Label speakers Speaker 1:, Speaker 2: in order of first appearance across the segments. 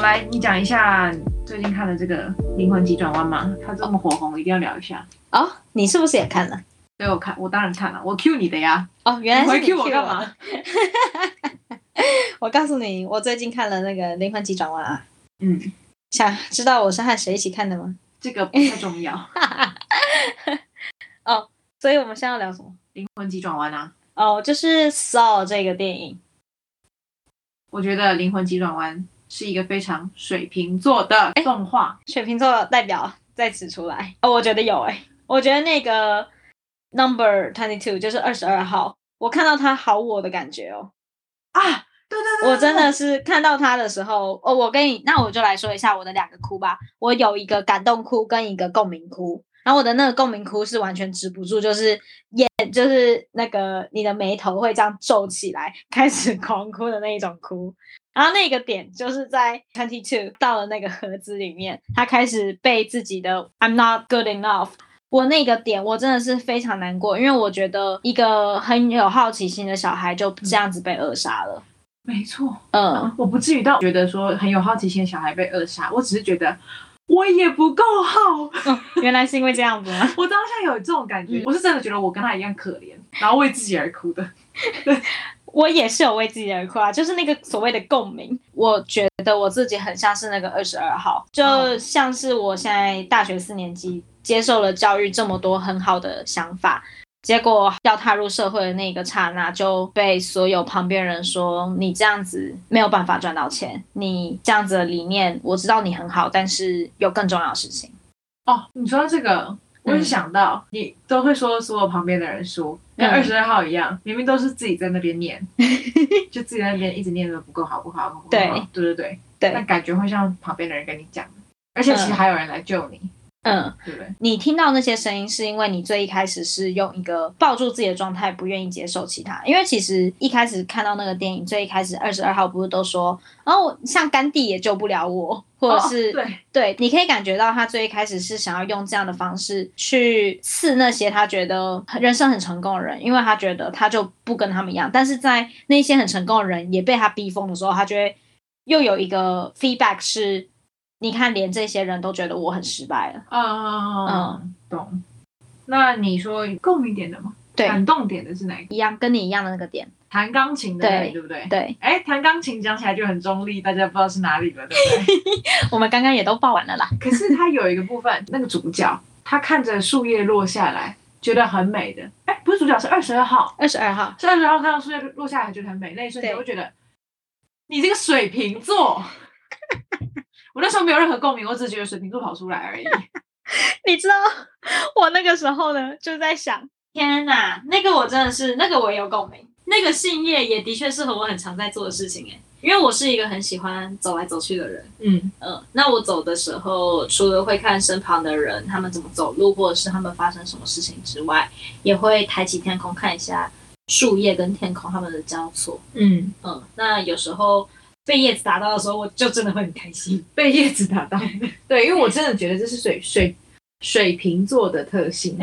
Speaker 1: 来你讲一下最近看的这个《灵魂急转弯》吗？它这么火红，一定要聊一下。
Speaker 2: 哦，你是不是也看了？
Speaker 1: 对，我看，我当然看了，我 Q 你的呀。
Speaker 2: 哦，原来
Speaker 1: 你
Speaker 2: 是
Speaker 1: 回
Speaker 2: 你
Speaker 1: Q 我
Speaker 2: cue
Speaker 1: 干嘛？
Speaker 2: 我告诉你，我最近看了那个《灵魂急转弯》啊，
Speaker 1: 嗯，
Speaker 2: 想知道我是和谁一起看的吗？
Speaker 1: 这个不太 重要，《
Speaker 2: 所以我们现在要聊什么？
Speaker 1: 灵魂急转弯》啊，
Speaker 2: 哦，就是《Saw》这个电影。
Speaker 1: 我觉得《灵魂急转弯》是一个非常水瓶座的动画。
Speaker 2: 水瓶座代表再指出来。哦，我觉得有诶、我觉得那个 number twenty two 就是二十二号，我看到他好我的感觉哦，
Speaker 1: 啊，对对对，
Speaker 2: 我真的是看到他的时候，哦，我跟你，那我就来说一下我的两个哭吧。我有一个感动哭跟一个共鸣哭，然后我的那个共鸣哭是完全止不住，就是眼就是那个你的眉头会这样皱起来，开始狂哭的那一种哭。然后那个点就是在 twenty two 到了那个盒子里面，他开始被自己的 I'm not good enough。我那个点，我真的是非常难过，因为我觉得一个很有好奇心的小孩就这样子被扼杀了。
Speaker 1: 没错，
Speaker 2: 嗯，
Speaker 1: 我不至于到觉得说很有好奇心的小孩被扼杀，我只是觉得我也不够好。
Speaker 2: 哦， 原来是因为这样子吗？
Speaker 1: 我当下有这种感觉，
Speaker 2: 嗯
Speaker 1: 我是真的觉得我跟他一样可怜，然后为自己而哭的。
Speaker 2: 我也是有为自己而哭啊，就是那个所谓的共鸣。我觉得我自己很像是那个二十二号，就
Speaker 1: 哦
Speaker 2: 像是我现在大学四年级接受了教育这么多很好的想法，结果要踏入社会的那个刹那，就被所有旁边人说你这样子没有办法赚到钱，你这样子的理念，我知道你很好，但是有更重要的事情。
Speaker 1: 哦，你说到这个，我
Speaker 2: 嗯
Speaker 1: 就想到、你都会说所有旁边的人说，跟
Speaker 2: 嗯
Speaker 1: 二十二号一样，明明都是自己在那边念， 就自己在那边一直念的不够好，不够好，不够好，对对对
Speaker 2: 对
Speaker 1: 那感觉会像旁边的人跟你讲的，而且其实
Speaker 2: 嗯
Speaker 1: 还有人来救你，
Speaker 2: 嗯，
Speaker 1: 对不对？
Speaker 2: 你听到那些声音，是因为你最一开始是用一个抱住自己的状态，不愿意接受其他。因为其实一开始看到那个电影，最一开始二十二号不是都说，哦，像甘地也救不了 我，或者是、
Speaker 1: 哦、对，
Speaker 2: 对，你可以感觉到他最一开始是想要用这样的方式去刺那些他觉得人生很成功的人，因为他觉得他就不跟他们一样。但是在那些很成功的人也被他逼疯的时候，他就会又有一个 feedback 是，你看连这些人都觉得我很失败了。
Speaker 1: 嗯嗯，懂。那你说共鸣点的吗？
Speaker 2: 对，
Speaker 1: 感动点的是哪一个？
Speaker 2: 一样，跟你一样的那个点。
Speaker 1: 弹钢琴的那
Speaker 2: 对
Speaker 1: 里，对不对？
Speaker 2: 对，
Speaker 1: 哎，弹钢琴讲起来就很中立，大家不知道是哪里了，对不对？
Speaker 2: 我们刚刚也都报完了啦。
Speaker 1: 可是他有一个部分，那个主角他看着树叶落下来，觉得很美的。哎，不是主角，是二十二号，
Speaker 2: 二十二号，
Speaker 1: 是二十二号看到树叶落下来觉得很美，那一瞬间
Speaker 2: 对
Speaker 1: 我觉得你这个水瓶座。 我那时候没有任何共鸣，我只是觉得水瓶座跑出来而已。
Speaker 2: 你知道我那个时候呢，就在想，天哪，那个我真的是，那个我也有共鸣，那个信业也的确是和我很常在做的事情哎、因为我是一个很喜欢走来走去的人，
Speaker 1: 嗯，
Speaker 2: 嗯，那我走的时候，除了会看身旁的人他们怎么走路，或者是他们发生什么事情之外，也会抬起天空看一下树叶跟天空它们的交错，
Speaker 1: 嗯，
Speaker 2: 嗯，那有时候被叶子打到的时候，我就真的会很开心。
Speaker 1: 被叶子打到。 对，因为我真的觉得这是水水水瓶座的特 性。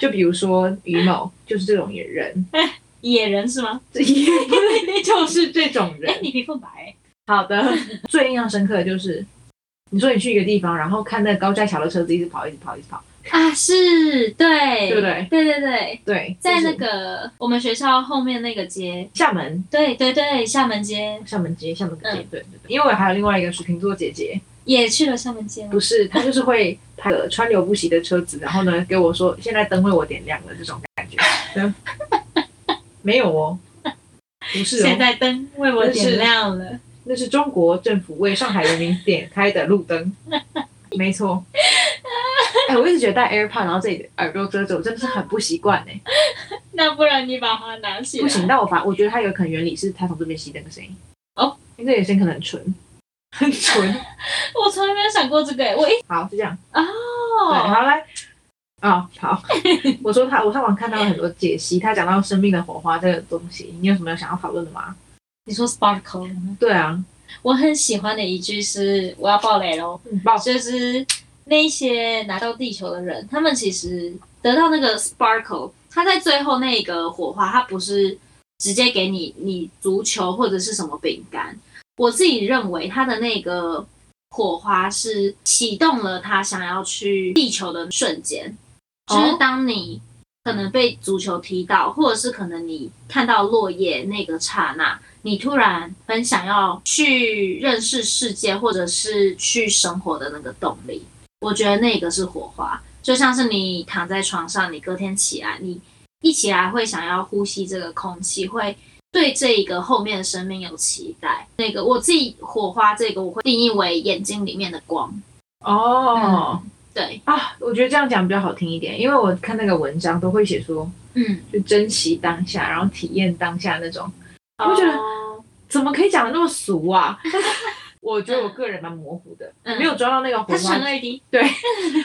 Speaker 1: 就比如说于某，就是这种 人，
Speaker 2: 野人是吗？
Speaker 1: 就是这种人
Speaker 2: 哎、。你皮肤白、欸。
Speaker 1: 好的， 最印象深刻的就是，你说你去一个地方，然后看那个高架桥的车子一直跑，一直跑，一直跑，
Speaker 2: 啊，是对，
Speaker 1: 对不对
Speaker 2: 对对对
Speaker 1: 对，
Speaker 2: 在
Speaker 1: 就
Speaker 2: 那
Speaker 1: 是
Speaker 2: 个我们学校后面那个街，
Speaker 1: 厦门
Speaker 2: 对对对，厦门街
Speaker 1: 厦门街，厦门街，
Speaker 2: 嗯
Speaker 1: 对对对，因为我还有另外一个水瓶座姐姐，
Speaker 2: 也去了厦门街吗
Speaker 1: 不？是她就是会拍个川流不息的车子，然后呢给我说现在灯为我点亮了这种感觉，对 没有哦，不是
Speaker 2: 现
Speaker 1: 哦，
Speaker 2: 在灯为我点亮了，
Speaker 1: 那是中国政府为上海人民点开的路灯，没 错。哎、我一直觉得戴 AirPod，然后自己的耳朵遮着，我真的是很不习惯哎。
Speaker 2: 那不然你把它拿起来。
Speaker 1: 不行，但我反我觉得它有可能原理是它从这边吸那个声音。
Speaker 2: 哦，
Speaker 1: 因为这个声音可能很纯， 很纯。
Speaker 2: 我从来没有想过这个、欸，我一
Speaker 1: 好，就这样。对，
Speaker 2: 哦，
Speaker 1: 好来。哦，好。 我说他，我上网看到了很多解析，他讲到生命的火花这个东西，你有什么想要讨论的吗？
Speaker 2: 你说 sparkle，吗
Speaker 1: 对啊，
Speaker 2: 我很喜欢的一句是我要爆雷喽。
Speaker 1: 嗯，爆
Speaker 2: 就是那些拿到地球的人，他们其实得到那个 sparkle，他在最后那个火花，它不是直接给你你足球或者是什么饼干。我自己认为它的那个火花是启动了他想要去地球的瞬间，就
Speaker 1: 哦
Speaker 2: 是当你可能被足球踢到，或者是可能你看到落叶那个刹那，你突然很想要去认识世界，或者是去生活的那个动力，我觉得那个是火花。就像是你躺在床上，你隔天起来，你一起来会想要呼吸这个空气，会对这一个后面的生命有期待。那个我自己火花这个，我会定义为眼睛里面的光。
Speaker 1: 哦、
Speaker 2: 对，
Speaker 1: 啊，我觉得这样讲比较好听一点，因为我看那个文章都会写说，
Speaker 2: 嗯，
Speaker 1: 就珍惜当下，然后体验当下那种，我觉得
Speaker 2: 哦
Speaker 1: 怎么可以讲的那么俗啊？ 我觉得我个人蛮模糊的，
Speaker 2: 嗯
Speaker 1: 没有抓到那个火
Speaker 2: 它是
Speaker 1: 花
Speaker 2: 纯，二 D
Speaker 1: 对，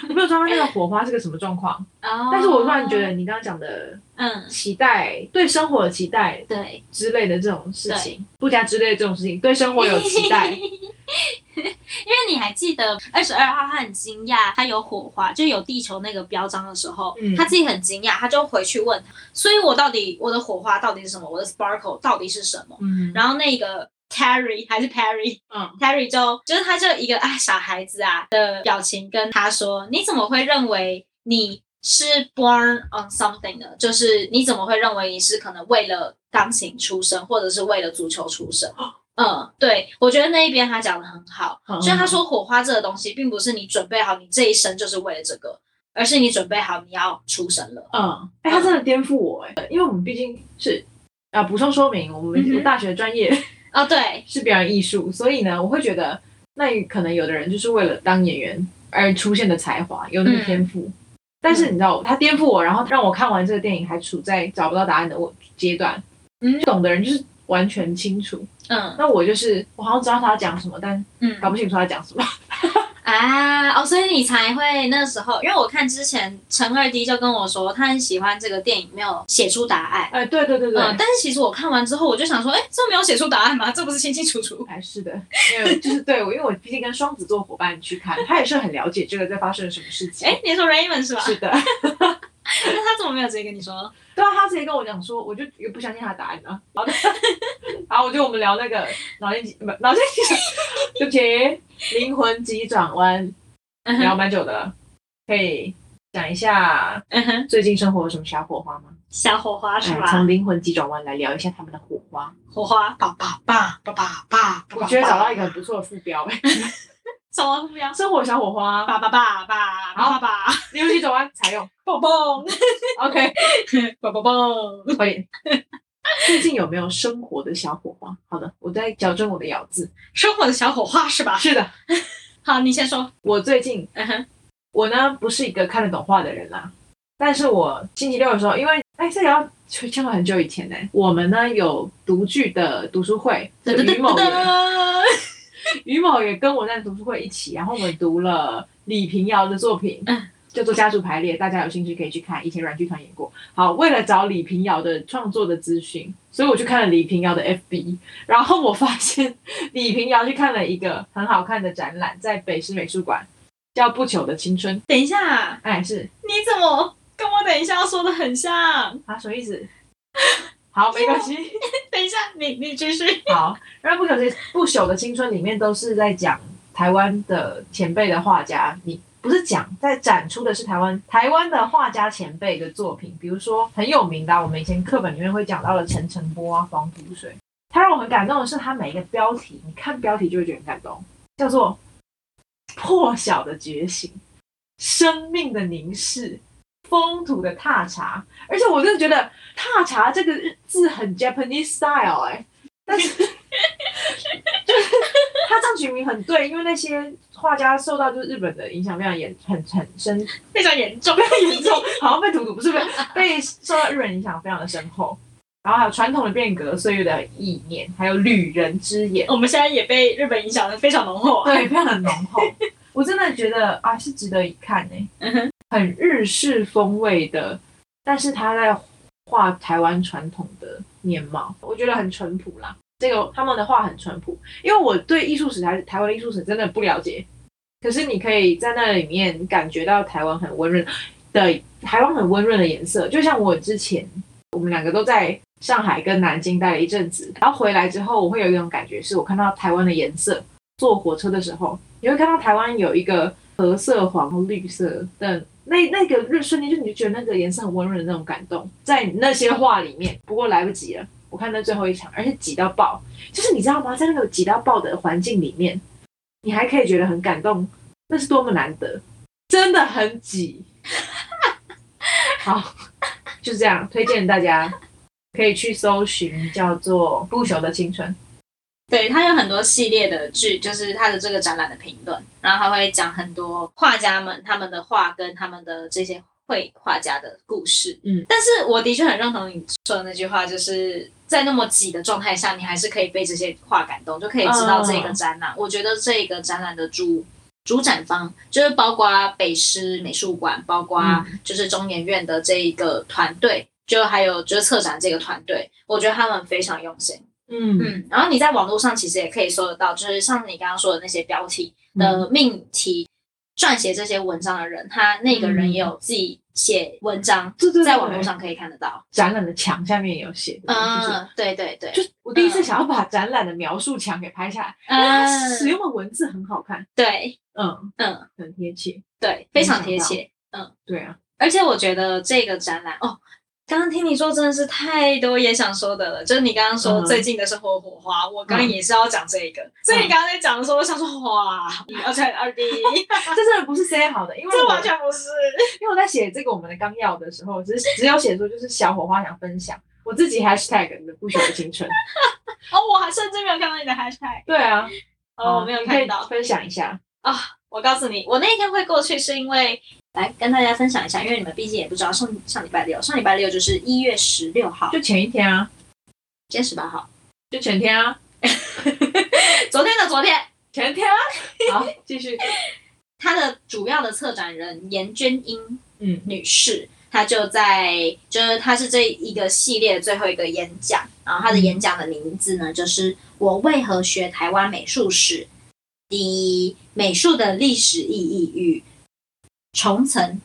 Speaker 1: 我没有抓到那个火花是个什么状况。
Speaker 2: 哦，
Speaker 1: 但是我突然觉得，你刚刚讲的
Speaker 2: 嗯，
Speaker 1: 期待，对生活的期待
Speaker 2: 对，，
Speaker 1: 之类的这种事情，不加之类的这种事情，对生活有期待
Speaker 2: 因为你还记得二十二号，他很惊讶，他有火花，就有地球那个标章的时候，
Speaker 1: 嗯
Speaker 2: 他自己很惊讶，他就回去问，所以我到底我的火花到底是什么，我的 sparkle 到底是什么？
Speaker 1: 嗯，
Speaker 2: 然后那个 Terry 还是 Perry，
Speaker 1: 嗯
Speaker 2: ，Terry 就就是他就一个啊小孩子啊的表情跟他说，你怎么会认为你是 born on something 呢？就是你怎么会认为你是可能为了钢琴出生，或者是为了足球出 生？嗯，对，我觉得那一边他讲的很好，
Speaker 1: 嗯
Speaker 2: 所以他说火花这个东西，并不是你准备好你这一生就是为了这个，而是你准备好你要出生了。
Speaker 1: 嗯，哎、他真的颠覆我哎、因为我们毕竟是啊，补充说明，我们、
Speaker 2: 嗯哼
Speaker 1: 我大学专业
Speaker 2: 哦，对，
Speaker 1: 是表演艺术，所以呢，我会觉得，那可能有的人就是为了当演员而出现的才华，有那
Speaker 2: 嗯
Speaker 1: 个天赋。但是你知道，他颠覆我，然后让我看完这个电影还处在找不到答案的我阶段。
Speaker 2: 嗯
Speaker 1: 懂的人就是完全清楚，
Speaker 2: 嗯
Speaker 1: 那我就是我好像知道他要讲什么，但
Speaker 2: 嗯，
Speaker 1: 搞不清楚他讲什么。
Speaker 2: 啊，哦，所以你才会那时候，因为我看之前陈二 D 就跟我说，他很喜欢这个电影，没有写出答案。
Speaker 1: 哎、对对对对，
Speaker 2: 嗯，但是其实我看完之后，我就想说，哎，这没有写出答案吗？这不是清清楚楚？
Speaker 1: 哎，是的，因为就是对我，因为我毕竟跟双子座伙伴去看，他也是很了解这个在发生什么事情。
Speaker 2: 哎，你说 Raymond 是吧？
Speaker 1: 是 的，
Speaker 2: 那他怎么没有直接跟你说？
Speaker 1: 对啊，他直接跟我讲说，我就也不相信他的答案啊。然后， 然后我就我们聊那个脑筋急，不脑筋急转，对不起，灵魂急转弯，
Speaker 2: 嗯
Speaker 1: 聊
Speaker 2: 哼，
Speaker 1: 蛮久的了，可以讲一下
Speaker 2: 嗯哼，
Speaker 1: 最近生活有什么小火花吗？
Speaker 2: 小火花是
Speaker 1: 哎
Speaker 2: 吧？
Speaker 1: 从灵魂急转弯来聊一下他们的火花，
Speaker 2: 火花，爸爸爸爸爸爸，
Speaker 1: 我觉得找到一个很不错的副标、哎，
Speaker 2: 什么目 标？
Speaker 1: 生活小火花，
Speaker 2: 爸爸爸爸爸爸爸，
Speaker 1: 灵魂急转弯采用，蹦蹦 ，OK，
Speaker 2: 爸爸爸。
Speaker 1: 可以。最近有没有生活的小火花？好的，我在矫正我的咬字。
Speaker 2: 生活的小火花是吧？
Speaker 1: 是的，
Speaker 2: 好，你先说。
Speaker 1: 我最近
Speaker 2: 嗯哼，
Speaker 1: 我呢不是一个看得懂画的人啦，但是我星期六的时候，因为哎，这个要牵回很久以前呢、我们呢有独剧的读书会，
Speaker 2: 噔
Speaker 1: 就
Speaker 2: 噔
Speaker 1: 于
Speaker 2: 噔
Speaker 1: 某也
Speaker 2: 噔
Speaker 1: 于某也跟我在读书会一起，然后我们读了李平遥的作品
Speaker 2: 嗯，
Speaker 1: 叫做《家族排列》，大家有兴趣可以去看，以前软剧团演过。好，为了找李平遥的创作的资讯，所以我去看了李平遥的 FB，然后我发现李平遥去看了一个很好看的展览，在北师美术馆，叫《不朽的青春》，
Speaker 2: 等一下，
Speaker 1: 哎是。
Speaker 2: 你怎么跟我等一下要说的很像？
Speaker 1: 啊，什么意思？ 好，没关系。
Speaker 2: 等一下，你你继续。
Speaker 1: 好，因为不朽的不朽的青春里面都是在讲台湾的前辈的画家，你不是讲在展出的是台湾台湾的画家前辈的作品，比如说很有名的啊、我们以前课本里面会讲到的陈澄波啊、黄土水。他让我很感动的是，他每一个标题，你看标题就会觉得很感动，叫做“破晓的觉醒”、“生命的凝视”、“风土的踏查”，而且我真的觉得“踏查”这个字很 Japanese style 哎、但是就是他这样取名很对，因为那些画家受到就是日本的影响非常严很很深
Speaker 2: 非常严 重。
Speaker 1: 严重，好像被荼毒，不是被被受到日本影响非常的深厚。然后还有传统的变革岁月的意念，还有旅人之眼，
Speaker 2: 我们现在也被日本影响的非常浓厚啊。
Speaker 1: 对，非常的浓厚。 我真的觉得啊，是值得一看呢、
Speaker 2: 嗯哼
Speaker 1: 很日式风味的，但是他在画台湾传统的面貌，我觉得很淳朴啦。这个他们的画很淳朴，因为我对艺术史台台湾艺术史真的不了解，可是你可以在那里面感觉到台湾很温润的台湾很温润的颜色，就像我之前我们两个都在上海跟南京待了一阵子，然后回来之后，我会有一种感觉，是我看到台湾的颜色，坐火车的时候，你会看到台湾有一个褐色、黄、绿色的那那个日瞬间，就你就觉得那个颜色很温润的那种感动，在那些画里面。不过来不及了，我看那最后一场，而且挤到爆，就是你知道吗？在那个挤到爆的环境里面，你还可以觉得很感动，那是多么难得，真的很挤。好，就是这样，推荐大家可以去搜寻叫做《不朽的青春》。
Speaker 2: 对他有很多系列的剧，就是他的这个展览的评论，然后他会讲很多画家们他们的画跟他们的这些绘画家的故事。
Speaker 1: 嗯，
Speaker 2: 但是我的确很认同你说的那句话，就是在那么挤的状态下，你还是可以被这些画感动，就可以知道这个展览。我觉得这个展览的主主展方就是包括北师美术馆，包括就是中研院的这一个团队，就还有就是策展这个团队，我觉得他们非常用心。
Speaker 1: 嗯
Speaker 2: 嗯，然后你在网络上其实也可以搜得到，就是像你刚刚说的那些标题
Speaker 1: 嗯
Speaker 2: 的命题，撰写这些文章的人，他那个人也有自己写文章，
Speaker 1: 对对对
Speaker 2: 在网络上可以看得到。
Speaker 1: 展览的墙下面也有写，就是
Speaker 2: 嗯，对对对，
Speaker 1: 就是我第一次想要把展览的描述墙给拍下来，因为它使
Speaker 2: 嗯，
Speaker 1: 用的文字很好看，
Speaker 2: 对，
Speaker 1: 嗯，
Speaker 2: 嗯，
Speaker 1: 很贴切。
Speaker 2: 对，非常贴切。
Speaker 1: 对啊，
Speaker 2: 而且我觉得这个展览哦。刚刚听你说真的是太多也想说的了，就是你刚刚说
Speaker 1: 嗯
Speaker 2: 最近的生活火花，我刚刚也是要讲这个，所以你刚刚在讲的时候，我想说哇，二乘二 D，
Speaker 1: 这真的不是 say 好的，因为
Speaker 2: 这
Speaker 1: 我
Speaker 2: 完全不是，
Speaker 1: 因为我在写这个我们的纲要的时候，只是只有写出就是小火花想分享，我自己 hashtag 你的不朽的青春。
Speaker 2: 哦，我还甚至没有看到你的 hashtag，
Speaker 1: 对啊，
Speaker 2: 哦，
Speaker 1: 好
Speaker 2: 我没有
Speaker 1: 你可
Speaker 2: 看
Speaker 1: 以
Speaker 2: 到。
Speaker 1: 分享一下。
Speaker 2: 我告诉你，我那一天会过去是因为来跟大家分享一下，因为你们毕竟也不知道上上礼拜六，上礼拜六就是一月十六号，
Speaker 1: 就前一天啊，
Speaker 2: 今天十八号，
Speaker 1: 就前天啊，
Speaker 2: 昨天的昨天，
Speaker 1: 前天啊。好，继续。
Speaker 2: 他的主要的策展人严娟英
Speaker 1: 嗯
Speaker 2: 女士，她就在就是她是这一个系列的最后一个演讲，然后她
Speaker 1: 嗯
Speaker 2: 的演讲的名字呢就是“我为何学台湾美术史：第一，美术的历史意义与重层、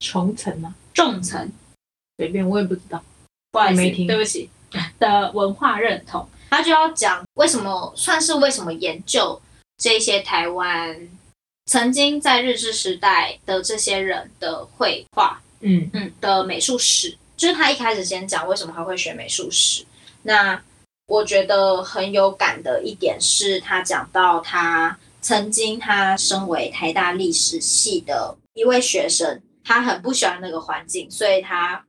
Speaker 1: 重层啊，
Speaker 2: 重层
Speaker 1: 随便我也不知道。
Speaker 2: 不好意
Speaker 1: 没
Speaker 2: 思，
Speaker 1: 听
Speaker 2: 对不起的文化认同，他就要讲为什么算是为什么研究这些台湾曾经在日治时代的这些人的绘画，
Speaker 1: 嗯
Speaker 2: 嗯的美术史，就是他一开始先讲为什么他会学美术史。那我觉得很有感的一点是他讲到他曾经他身为台大历史系的一位学生，他很不喜欢那个环境，所以他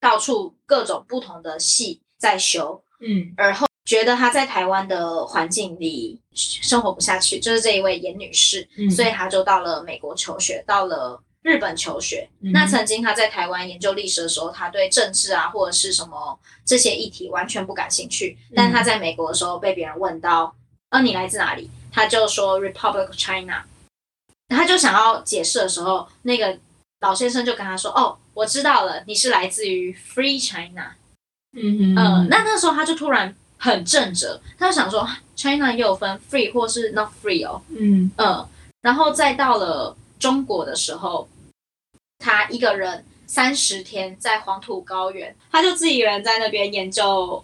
Speaker 2: 到处各种不同的系在修，
Speaker 1: 嗯
Speaker 2: 觉得他在台湾的环境里生活不下去，就是这一位严女士，
Speaker 1: 嗯，
Speaker 2: 所以他就到了美国求学，到了日本求学，
Speaker 1: 嗯
Speaker 2: 那曾经他在台湾研究历史的时候，他对政治啊或者是什么这些议题完全不感兴趣。
Speaker 1: 嗯
Speaker 2: 但他在美国的时候被别人问到，呃，你来自哪里？他就说 Republic of China。他就想要解释的时候，那个老先生就跟他说：“哦，我知道了，你是来自于 Free China。
Speaker 1: 嗯
Speaker 2: 呃
Speaker 1: 嗯，
Speaker 2: 那那时候他就突然很震折，他就想说，China 啊也有分 free 或是 not free 哦。
Speaker 1: 嗯
Speaker 2: 嗯，然后再到了中国的时候，他一个人三十天在黄土高原，他就自己一个人在那边研究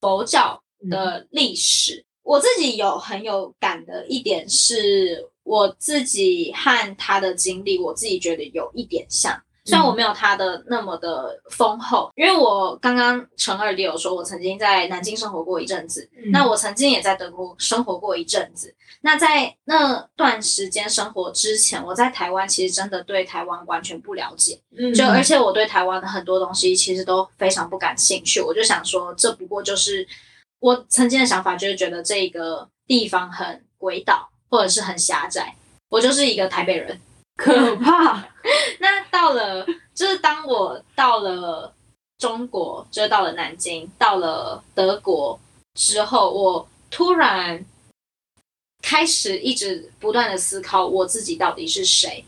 Speaker 2: 佛教的历史。我自己有很有感的一点是，我自己和他的经历，我自己觉得有一点像。虽然我没有他的那么的丰厚，因为我刚刚陈二弟有说，我曾经在南京生活过一阵子，
Speaker 1: 嗯
Speaker 2: 那我曾经也在德国生活过一阵子。那在那段时间生活之前，我在台湾其实真的对台湾完全不了解，
Speaker 1: 嗯
Speaker 2: 就而
Speaker 1: 且
Speaker 2: 且我对台湾的很多东西其实都非常不感兴趣。我就想说，这不过就是我曾经的想法，就是觉得这个地方很鬼岛或者是很狭窄。我就是一个台北人。
Speaker 1: 可怕。
Speaker 2: 那到了就是当我到了中国，就是到了南京，到了德国之后，我突然开始一直不断的思考我自己到底是谁。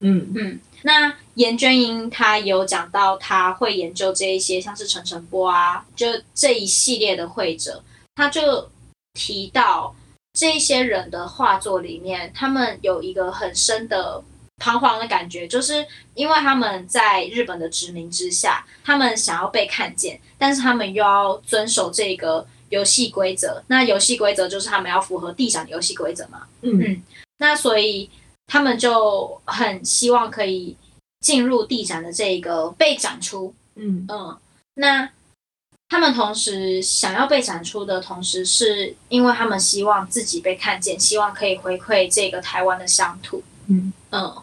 Speaker 1: 嗯
Speaker 2: 嗯，那严娟英她有讲到，她会研究这一些像是陈晨波啊，就这一系列的会者，她就提到这一些人的画作里面，他们有一个很深的彷徨的感觉，就是因为他们在日本的殖民之下，他们想要被看见，但是他们又要遵守这个游戏规则。那游戏规则就是他们要符合地产游戏规则嘛。
Speaker 1: 嗯
Speaker 2: 嗯那所以他们就很希望可以进入地展的这一个被展出，
Speaker 1: 嗯
Speaker 2: 嗯，那他们同时想要被展出的同时，是因为他们希望自己被看见，希望可以回馈这个台湾的乡土，
Speaker 1: 嗯
Speaker 2: 嗯，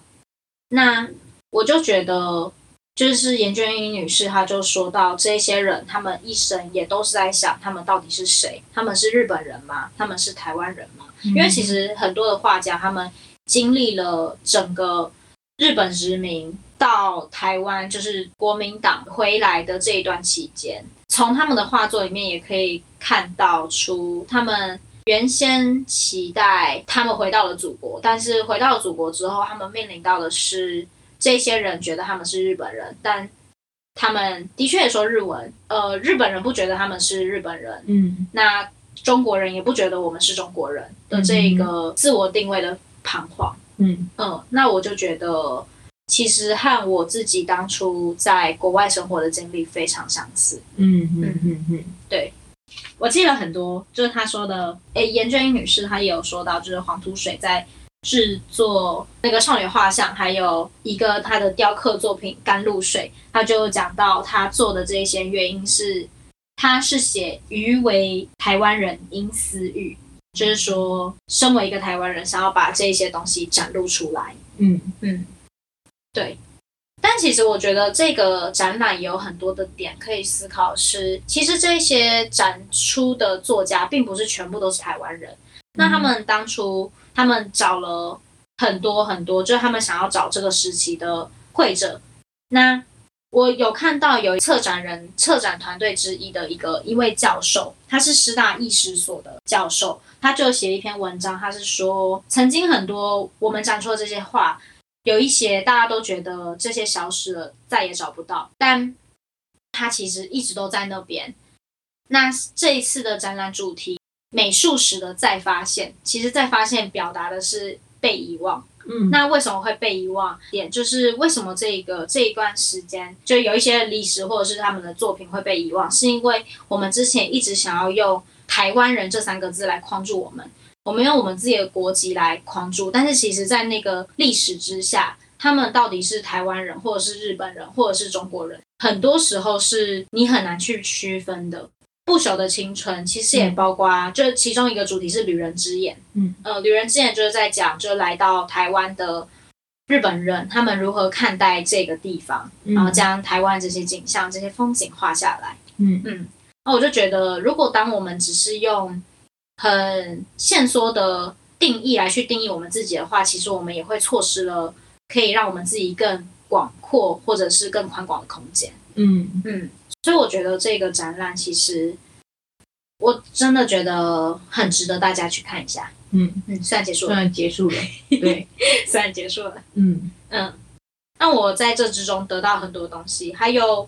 Speaker 2: 那我就觉得。就是严娟英女士，她就说到这些人，他们一生也都是在想，他们到底是谁？他们是日本人吗？他们是台湾人吗？因
Speaker 1: 嗯
Speaker 2: 为其实很多的画家，他们经历了整个日本殖民到台湾，就是国民党回来的这一段期间，从他们的画作里面也可以看到出他们。原先期待他们回到了祖国，但是回到了祖国之后，他们面临到的是这些人觉得他们是日本人，但他们的确也说日文，呃，日本人不觉得他们是日本人，
Speaker 1: 嗯
Speaker 2: 那中国人也不觉得我们是中国人的这一个自我定位的彷徨。
Speaker 1: 嗯
Speaker 2: 嗯，那我就觉得其实和我自己当初在国外生活的经历非常相似。
Speaker 1: 嗯嗯嗯嗯，
Speaker 2: 我记得很多，就是他说的，诶，严娟英女士她也有说到，就是黄土水在制作那个少女画像，还有一个她的雕刻作品《甘露水》，她就讲到她做的这些原因是，她是写余为台湾人因私欲，就是说身为一个台湾人，想要把这些东西展露出来。
Speaker 1: 嗯
Speaker 2: 嗯，对。但其实我觉得这个展览有很多的点可以思考是，其实这些展出的作家并不是全部都是台湾人。那他们当初他们找了很多很多，就是他们想要找这个时期的会者。那我有看到有策展人、策展团队之一的一个一位教授，他是师大艺师所的教授，他就写一篇文章，他是说曾经很多我们展出的这些画，有一些大家都觉得这些消失了，再也找不到，但它其实一直都在那边。那这一次的展览主题“美术史的再发现”，其实再发现表达的是被遗忘。
Speaker 1: 嗯
Speaker 2: 那为什么会被遗忘？点就是为什么这个这一段时间，就有一些历史或者是他们的作品会被遗忘，是因为我们之前一直想要用“台湾人”这三个字来框住我们，我们用我们自己的国籍来框住，但是其实，在那个历史之下，他们到底是台湾人，或者是日本人，或者是中国人，很多时候是你很难去区分的。不朽的青春其实也包括，就是其中一个主题是旅人之眼，呃，旅人之前就是在讲，就是来到台湾的日本人，他们如何看待这个地方，然后将台湾这些景象、这些风景画下来。
Speaker 1: 嗯
Speaker 2: 那我就觉得，如果当我们只是用很限缩的定义来去定义我们自己的话，其实我们也会错失了可以让我们自己更广阔或者是更宽广的空间。
Speaker 1: 嗯
Speaker 2: 嗯，所以我觉得这个展览其实我真的觉得很值得大家去看一下。
Speaker 1: 嗯，
Speaker 2: 嗯，虽然结束
Speaker 1: 突
Speaker 2: 了，
Speaker 1: 然结束了，对，
Speaker 2: 虽然结束了。
Speaker 1: 嗯
Speaker 2: 嗯，那我在这之中得到很多东西，还有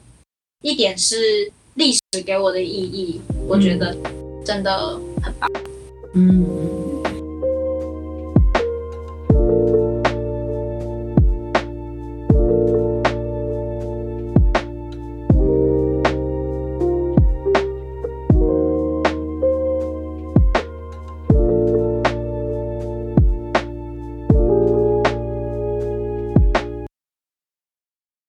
Speaker 2: 一点是历史给我的意义，我觉得真的
Speaker 1: 嗯。